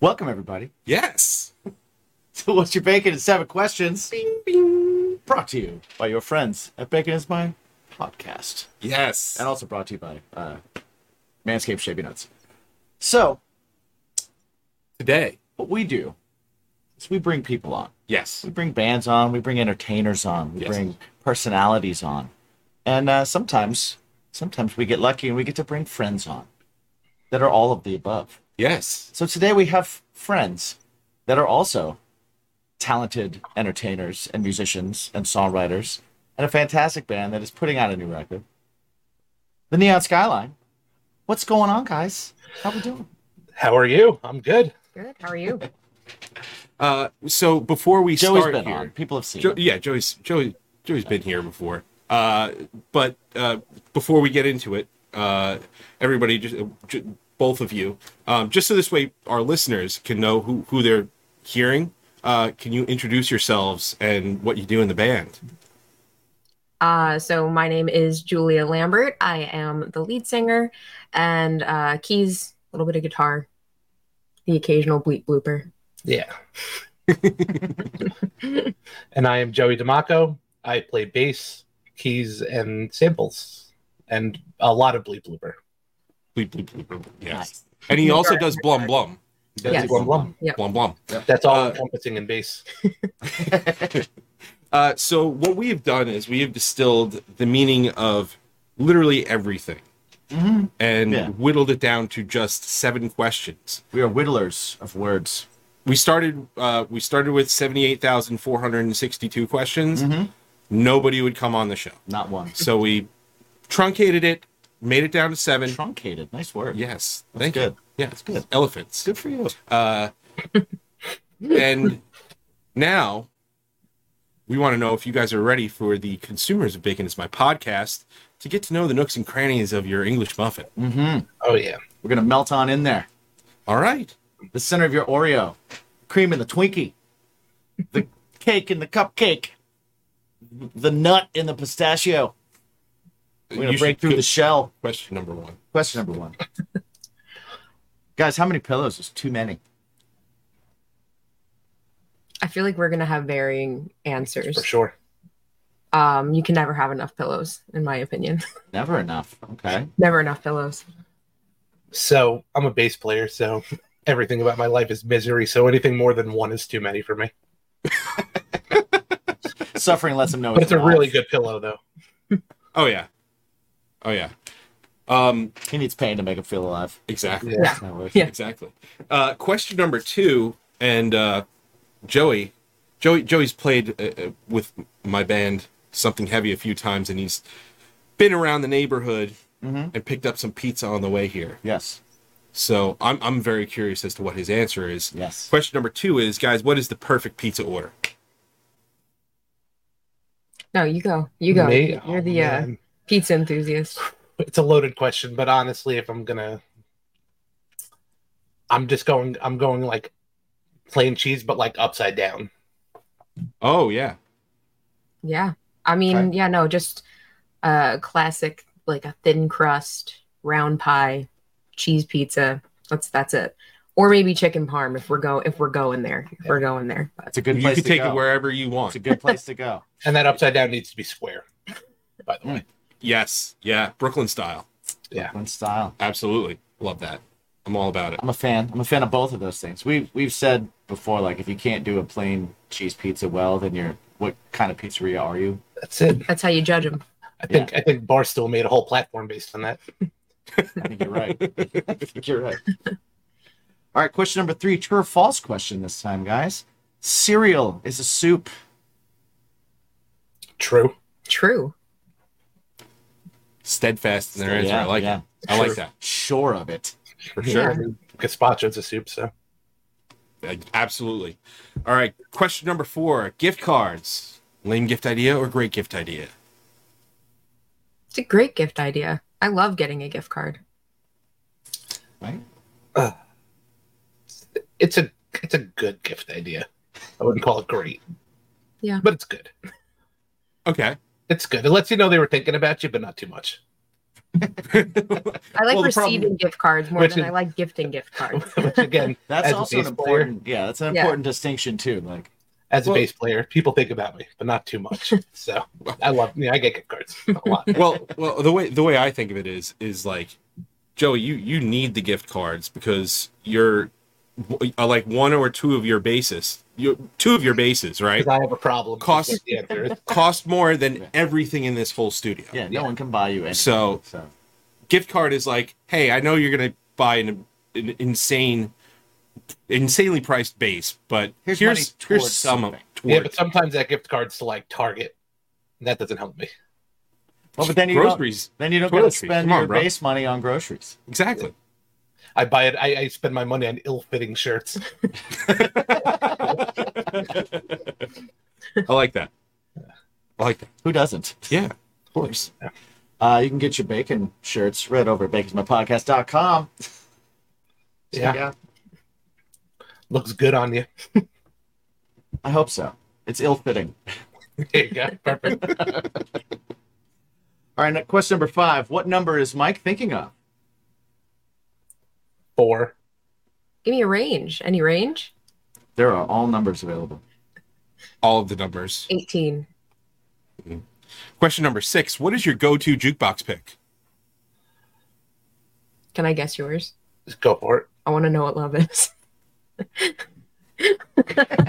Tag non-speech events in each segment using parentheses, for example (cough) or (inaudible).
Welcome, everybody. Yes. So, what's your bacon and seven questions? Brought to you by your friends at Bacon Is Mine podcast, Yes. and also brought to you by uh, Manscaped Shaving Nuts. So, Today. what we do is we bring people on. Yes. we bring bands on, we bring entertainers on, we Yes. bring personalities on, and uh, sometimes, sometimes we get lucky and we get to bring friends on that are all of the above. Yes. So today we have friends that are also talented entertainers and musicians and songwriters, and a fantastic band that is putting out a new record, The Neon Skyline. What's going on, guys? How we doing? How are you? I'm good. Good. How are you? Uh, so before we Joey's start been here, on. People have seen. Jo- him. yeah, Joey's Joey Joey's been here before. Uh, but uh, before we get into it, uh, everybody, just uh, j- both of you, um, just so this way our listeners can know who who they're hearing. Uh, can you introduce yourselves and what you do in the band? Uh, so my name is Julia Lambert. I am the lead singer and uh, keys, a little bit of guitar, the occasional bleep blooper. Yeah. (laughs) and I am Joey Damaco. I play bass, keys, and samples, and a lot of bleep blooper. Bleep, bleep, bleep, bleep. Yes. Nice. And he also does blum blum. He does Yes. blum blum. Yep. Blum blum. That's all Uh, encompassing in bass. Uh, so what we have done is we have distilled the meaning of literally everything Mhm. and Yeah. whittled it down to just seven questions. We are whittlers of words. We started uh, we started with seventy eight thousand four hundred and sixty two questions. Mhm. Nobody would come on the show, Not one. so we truncated it, made it down to seven. Truncated. Nice word. yes, thank good. you. Yeah, That's good. Elephants. Good for you. Uh, and now we want to know if you guys are ready for the Consumers of Bacon is My podcast to get to know the nooks and crannies of your English muffin. Mm-hmm. Oh yeah. We're gonna melt on in there. All right. The center of your Oreo, cream in the Twinkie, the (laughs) cake in the cupcake, the nut in the pistachio. We're gonna You break should through go- the shell. question number one. Question number one. (laughs) Guys, how many pillows is too many? I feel like we're going to have varying For answers. sure. Um, you can never have enough pillows, in my opinion. (laughs) Never enough. Okay. never enough pillows. So I'm a bass player, so everything about my life is misery. So anything more than one is too many for me. Suffering lets them know. But it's a alive. really good pillow though. Oh yeah. Oh yeah. Um He needs pain to make him feel alive. exactly. Yeah. That's how it works. Yeah. Exactly. Uh question number 2 and uh Joey Joey Joey's played uh, uh, with my band Something Heavy a few times and he's been around the neighborhood Mhm. and picked up some pizza on the way here. Yes. So I'm I'm very curious as to what his answer is. Yes. Question number two is, guys, what is the perfect pizza order? No, you go. You go. Me? You're Oh, the uh, man. pizza enthusiast. it's a loaded question, but honestly, if I'm gonna, I'm just going. I'm going like plain cheese, but like upside down. Oh yeah, Yeah. I mean, Okay. yeah, no, just uh classic like a thin crust, round pie, cheese pizza. That's that's it. Or maybe chicken parm if we're go if we're going there. If we're going there. But It's a good you place can to take go. it wherever you want. It's a (laughs) good place to go. And that upside down needs to be square. By the way, yes, yeah, Brooklyn style, One style. absolutely love that. I'm all about it. I'm a fan. I'm a fan of both of those things. We've we've said before, like if you can't do a plain cheese pizza well, then you're what kind of pizzeria are you? that's it. that's how you judge them. I think I think Barstool made a whole platform based on that. I think you're right. I think you're right. All right, question number three, true or false question this time, guys. Cereal is a soup. True. True. Steadfast in their answer. Yeah, I like yeah. it. I like Sure. that. Sure of it. For sure. Gazpacho's a soup, so Uh, Absolutely. All right. Question number four: gift cards. Lame gift idea or great gift idea? It's a great gift idea. I love getting a gift card. Right? it's a it's a good gift idea. I wouldn't call it great. Yeah. But it's good. Okay. (laughs) It's good. It lets you know they were thinking about you, but not too much. (laughs) I like Well, the problem- receiving gift cards more Which than is- I like gifting gift cards. (laughs) Which again, That's As a also an bass player. important. Yeah, that's an Yeah. important distinction too. Like, as a Well- bass player, people think about me, but not too (laughs) much. So I love. Yeah, I get gift cards a lot. well, well, the way the way I think of it is is like, Joey, you you need the gift cards because you're uh, like one or two of your bases, your two of your bases, right? Because I have a problem. is Cost- what the (laughs) answer is. Cost more than Yeah. everything in this whole studio. yeah, no one can buy you anything. So- so Gift card is like, hey, I know you're gonna buy an, an insane, insanely priced base, but Here's here's money here's, towards some of something. towards. Yeah, but sometimes that gift cards to like Target. That doesn't help me. Well, but then you groceries, don't. Then you don't get to Toiletries. spend Come on, your bro. base money on groceries. exactly. I buy it. I, I spend my money on ill-fitting shirts. I like (laughs) that. I like that. Who doesn't? Yeah, of course. Uh, you can get your bacon shirts right over at baconsmypodcast.com. Yeah. Looks good on you. (laughs) I hope so. It's ill fitting. There you go. Perfect. All right, now, question number five. What number is Mike thinking of? Four. Give me a range. Any range? There are all numbers available. All of the numbers. 18. Question number six: What is your go-to jukebox (laughs) pick? Can I guess yours? Just go for it. I want to know what love is.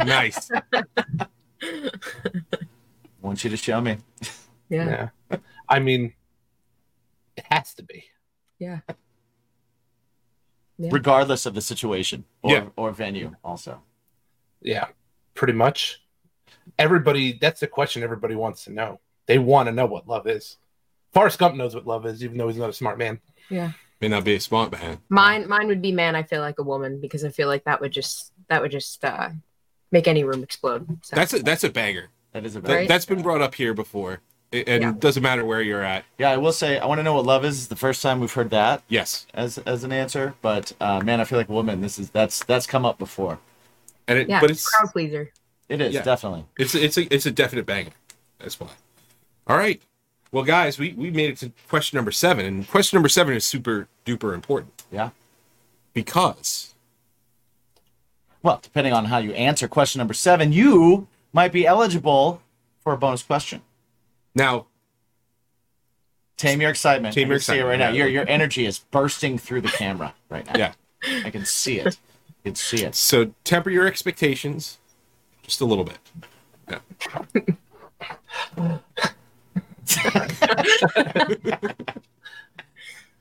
nice. I want you to show me. Yeah. Yeah. I mean, it has to be. Yeah. Regardless of the situation or, Yeah. or venue, also. Yeah. Pretty much. Everybody. That's the question everybody wants to know. They want to know what love is. Forrest Gump knows what love is, even though he's not a smart man. May not be a smart man. Mine mine would be man I feel like a woman because I feel like that would just that would just uh make any room explode. So That's a that's a banger. That is a That, very. Right. That's been brought up here before, It- and Yeah. doesn't matter where you're at. Yeah, I will say, I want to know what love is. is the first time we've heard that Yes, as as an answer. But uh, man, I feel like a woman. This is that's that's come up before. and it, yeah, but it's crowd pleaser. It is Yeah. definitely. it's it's a it's a definite banger. That's why. All right. Well, guys, we, we made it to question number seven, and question number seven is super duper important Yeah. because Well, depending on how you answer question number seven, you might be eligible for a bonus question. (laughs) now Tame your excitement. Tame I your can see it excitement, right now. yeah. Your your energy is bursting through the camera right now. Yeah. I can see it. I can see it. so temper your expectations just a little bit.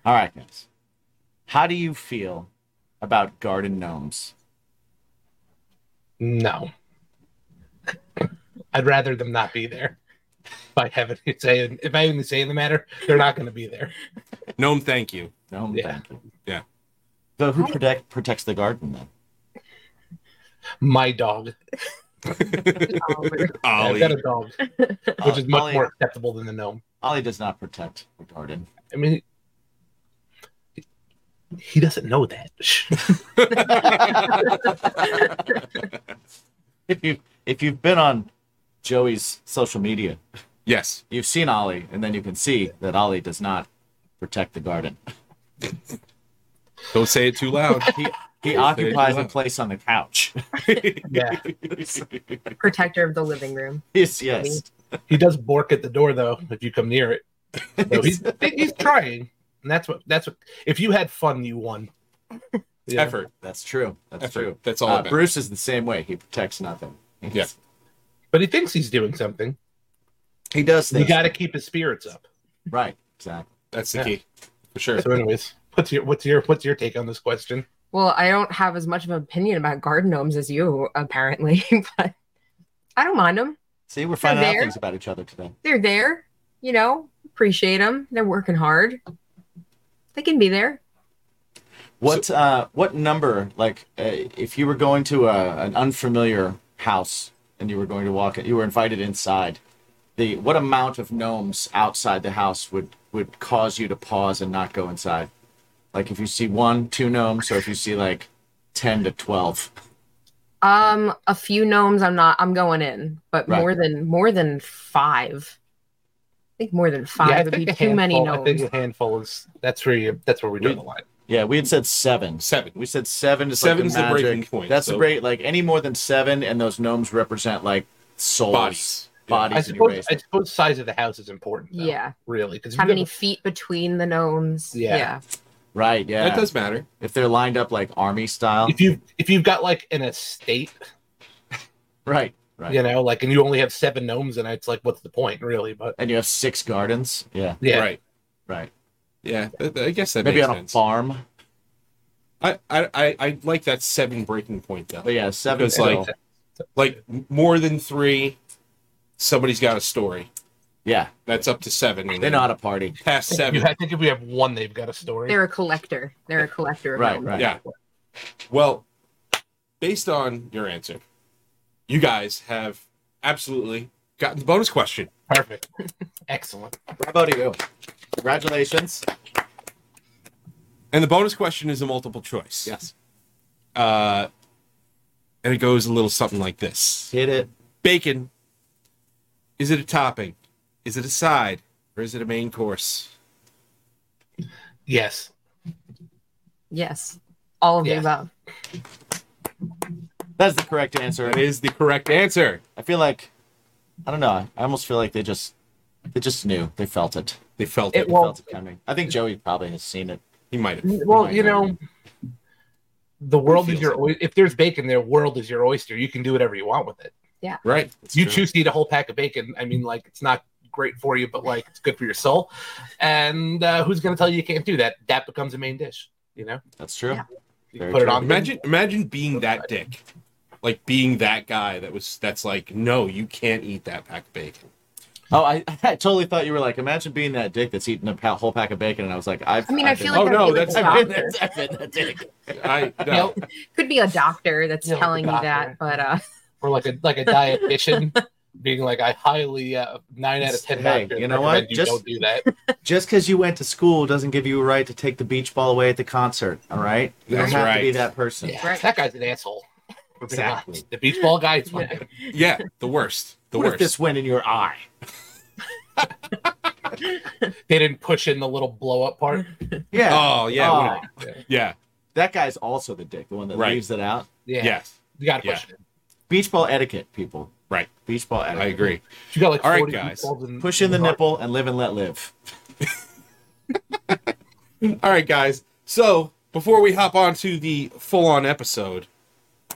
All right, guys. How do you feel about garden gnomes? No. I'd rather them not be there. If I have any say, in- if I have any say in the matter, they're not going to be there. Gnome, thank you. No, Yeah. thank you. Yeah. So who protect protects the garden then? My dog. Oh, (laughs) weird. I've Ollie. got a dog, which is much Ollie- more acceptable than the gnome. Ollie does not protect the garden. I mean, he doesn't know that. Shh. If you if you've been on Joey's social media, yes. you've seen Ollie, and then you can see that Ollie does not protect the garden. Don't say it too loud. (laughs) He he Very occupies a loud. place on the (laughs) couch. yeah, Protector of the living room. Yes, yes. he does bork at the door though if you come near it. So he's he's trying, and that's what that's what. If you had fun, you won. (laughs) Yeah. Effort. (laughs) That's true. That's Effort. true. That's all Uh, about. Bruce is the same way. He protects nothing. Yeah. But he thinks he's doing something. He does You things. got to keep his spirits up. Right. Exactly. That's the Yeah. key, for sure. So, anyways, what's your what's your what's your take on this question? Well, I don't have as much of an opinion about garden gnomes as you apparently, (laughs) but I don't mind them. See, we're finding out there. things about each other today. They're there, you know, appreciate them. They're working hard. They can be there. What uh, what number? Like, uh, if you were going to a, an unfamiliar house and you were going to walk, in- you were invited inside. The what amount of gnomes outside the house would would cause you to pause and not go inside? Like, if you see one, two gnomes, or if you see like ten to twelve. Um, a few gnomes I'm not I'm going in, but Right. more than more than five think more than Yeah, I five would be think a too many handful- I think gnomes. a handful is that's where you that's where we draw We- the line. Yeah, we had said seven. Seven. We said seven is Seven's the like the magic. breaking point, That's so- the break. Like any more than seven, and those gnomes represent like souls, Bodies. Yeah. bodies I in your suppose I basement. suppose size of the house is important. Though, Yeah. really. Because How many feet between the gnomes? Yeah. Right? Yeah. That does matter. if they're lined up like army style. if you if you've got like an estate, right. Right. you know, like and you only have seven gnomes, and it's like, what's the point, really? But And you have six gardens. Yeah. yeah, Right. Right. Yeah. th- th- I guess that Maybe makes on sense. a farm. I, I I I like that seven breaking point though. But yeah, seven. Because, is like- all- Like m- more than three, somebody's got a story. yeah, That's up to seven. and they then know how to party. past (laughs) You, seven. I think if we have one, they've got a story. They're a collector. They're a collector. Of Right, gnomes. right. Yeah. Well, based on your answer, you guys have absolutely gotten the bonus question. Perfect. Excellent. Bravo to you. Congratulations. And the bonus question is a multiple choice. Yes. Uh, and it goes a little something like this Hit it. Bacon, is it a topping? Is it a side? Or is it a main course? Yes. Yes. All of Yeah. the above. That's the correct answer. That is the correct answer. I feel like I don't know. I almost feel like they just they just knew. They felt it. They felt It it. They Well- felt it coming. I think Joey probably has seen it. He might have. Well, you know, the world is feels your it. oy- if there's bacon, the world is your oyster. You can do whatever you want with it. Right. you choose to eat a whole pack of bacon. I mean, like it's not great for you, but like it's good for your soul. And uh, who's going to tell you you can't do that? That becomes a main dish. You know, That's true. Yeah. you Very put it true. on. Imagine imagine being that dick. Like being that guy that was that's like, no, you can't eat that pack of bacon. Oh, I, (laughs) I totally thought you were like, imagine being that dick that's eating a pa- whole pack of bacon, and I was like, I've, I mean, I I've feel been- like Oh, no, that'd that's- be like I've a been, doctor. that- (laughs) I've been that dick. I You know, (laughs) no. Could be a doctor that's Yeah, like a telling you doctor. that, but uh, or like a like (laughs) a dietitian being like, I highly uh, nine out of ten. Hey, doctors you know what? recommend You Just- don't do that. (laughs) Just because you went to school doesn't give you a right to take the beach ball away at the concert. All right, you That's don't have right. to be that person. Yeah, Right. That guy's an asshole. We're being honest. Exactly. The beach ball guy. It's one Yeah. thing. Yeah, the worst. The what worst. if this went in your eye? They didn't push in the little blow up (laughs) part. Yeah, Oh yeah. Oh. whatever. Yeah. that guy's also the dick, the one that Right. leaves it out. Yeah, Yes. you got to push it in. Beach ball etiquette, people. Right. Beach ball etiquette. I agree. You got like All right, 40 guys. meatballs in- Push in the heart. nipple and live and let live. All right, guys. So before we hop on to the full on episode,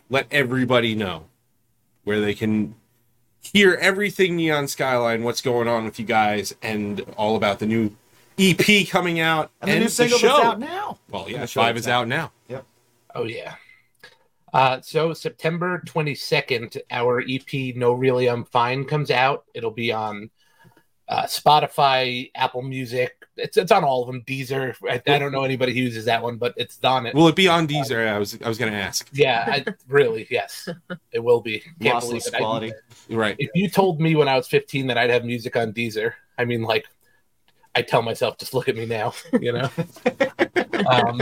let everybody know where they can hear everything Neon Skyline, what's going on with you guys, and all about the new EP coming out And the new single show. that's out now. Well, yeah, The show five that's is out now. Oh yeah. Uh, so September 22nd, our EP "No Really I'm Fine" comes out. It'll be on uh, Spotify, Apple Music. It's it's on all of them. Deezer. I, I don't know anybody who uses that one, but it's on it. Will it be on Deezer? I was I was gonna ask. Yeah, I, really. Yes, it will be. Can't believe Lossless it. I- quality. Right. if you told me when I was 15 that I'd have music on Deezer, I mean, like, I tell myself, just look at me now, (laughs) you know. um,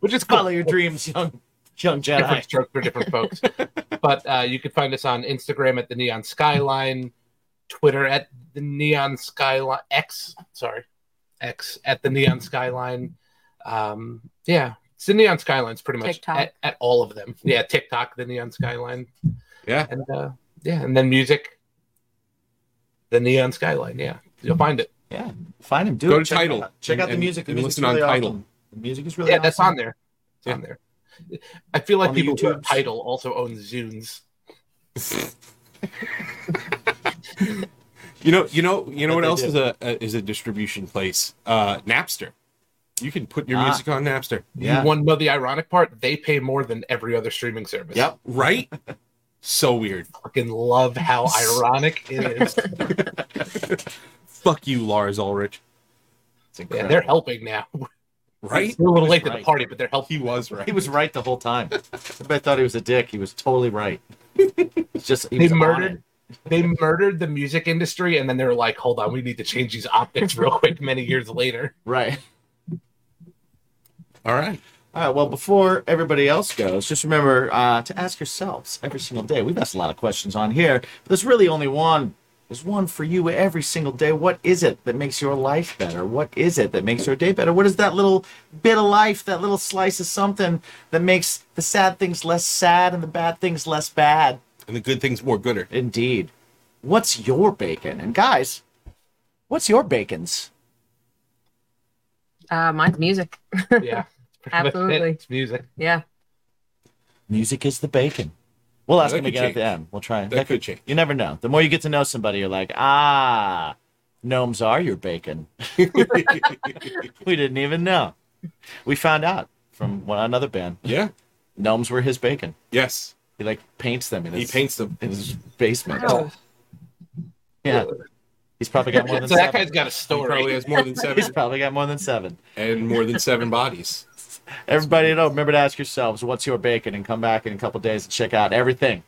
which is cool. Follow your dreams, young young different Jedi. strokes for different folks. but uh, you can find us on Instagram at the Neon Skyline, Twitter at the Neon Skyline X. Sorry, X at the Neon Skyline. Um, yeah, it's the Neon Skyline's pretty much TikTok. At, at all of them. Yeah, TikTok, the Neon Skyline, Yeah. and uh, yeah, and then music, the Neon Skyline. Yeah, you'll find it. Yeah, find him. Do Go it. to Check it Tidal out. Check out the and- music. The and music's listen on really Tidal. awesome. The music is really Yeah, that's awesome. on there. It's Yeah. on there. I feel like On the people who have YouTubes. title also own Zunes. You know, you know, you know But what they else do. is a, a is a distribution place? Uh, Napster. You can put your Ah. music on Napster, Yeah. You want to know the ironic part? They pay more than every other streaming service. Yep. right? (laughs) so weird. Fucking love how ironic (laughs) it is. Fuck you, Lars Ulrich. It's yeah, incredible. they're helping now. (laughs) Right? We're a little late to Right. the party, but they're helping. He was right. (laughs) he was right the whole time. Everybody thought he was a dick. He was totally right. It's just he They was on murdered. (laughs) They murdered the music industry, and then they were like, "Hold on, we need to change these optics real quick." Many years later, it. Right. All right. All right. Well, before everybody else goes, just remember uh, to ask yourselves every single day. We've asked a lot of questions on here, but there's really only one There's one for you every single day. What is it that makes your life better? What is it that makes your day better? What is that little bit of life, that little slice of something that makes the sad things less sad and the bad things less bad? and the good things more gooder. Indeed. What's your bacon? And guys, what's your bacons? Uh, mine's music. (laughs) Yeah. (laughs) Pretty much it. Absolutely. It's music. Yeah. Music is the bacon. Well, that's That going to could get at the change. end. We'll try. That could change. You never know. The more you get to know somebody, you're like, ah, gnomes are your bacon. We didn't even know. We found out from one another band. yeah. Gnomes were his bacon. Yes. He like paints them in He his, paints them. in his basement. Wow. Yeah, he's probably got more (laughs) than so seven. that guy's got a He probably story. has more than seven (laughs) He's probably got more than seven. and more than seven bodies. Everybody at home, remember to ask yourselves, what's your bacon? And come back in a couple days and check out everything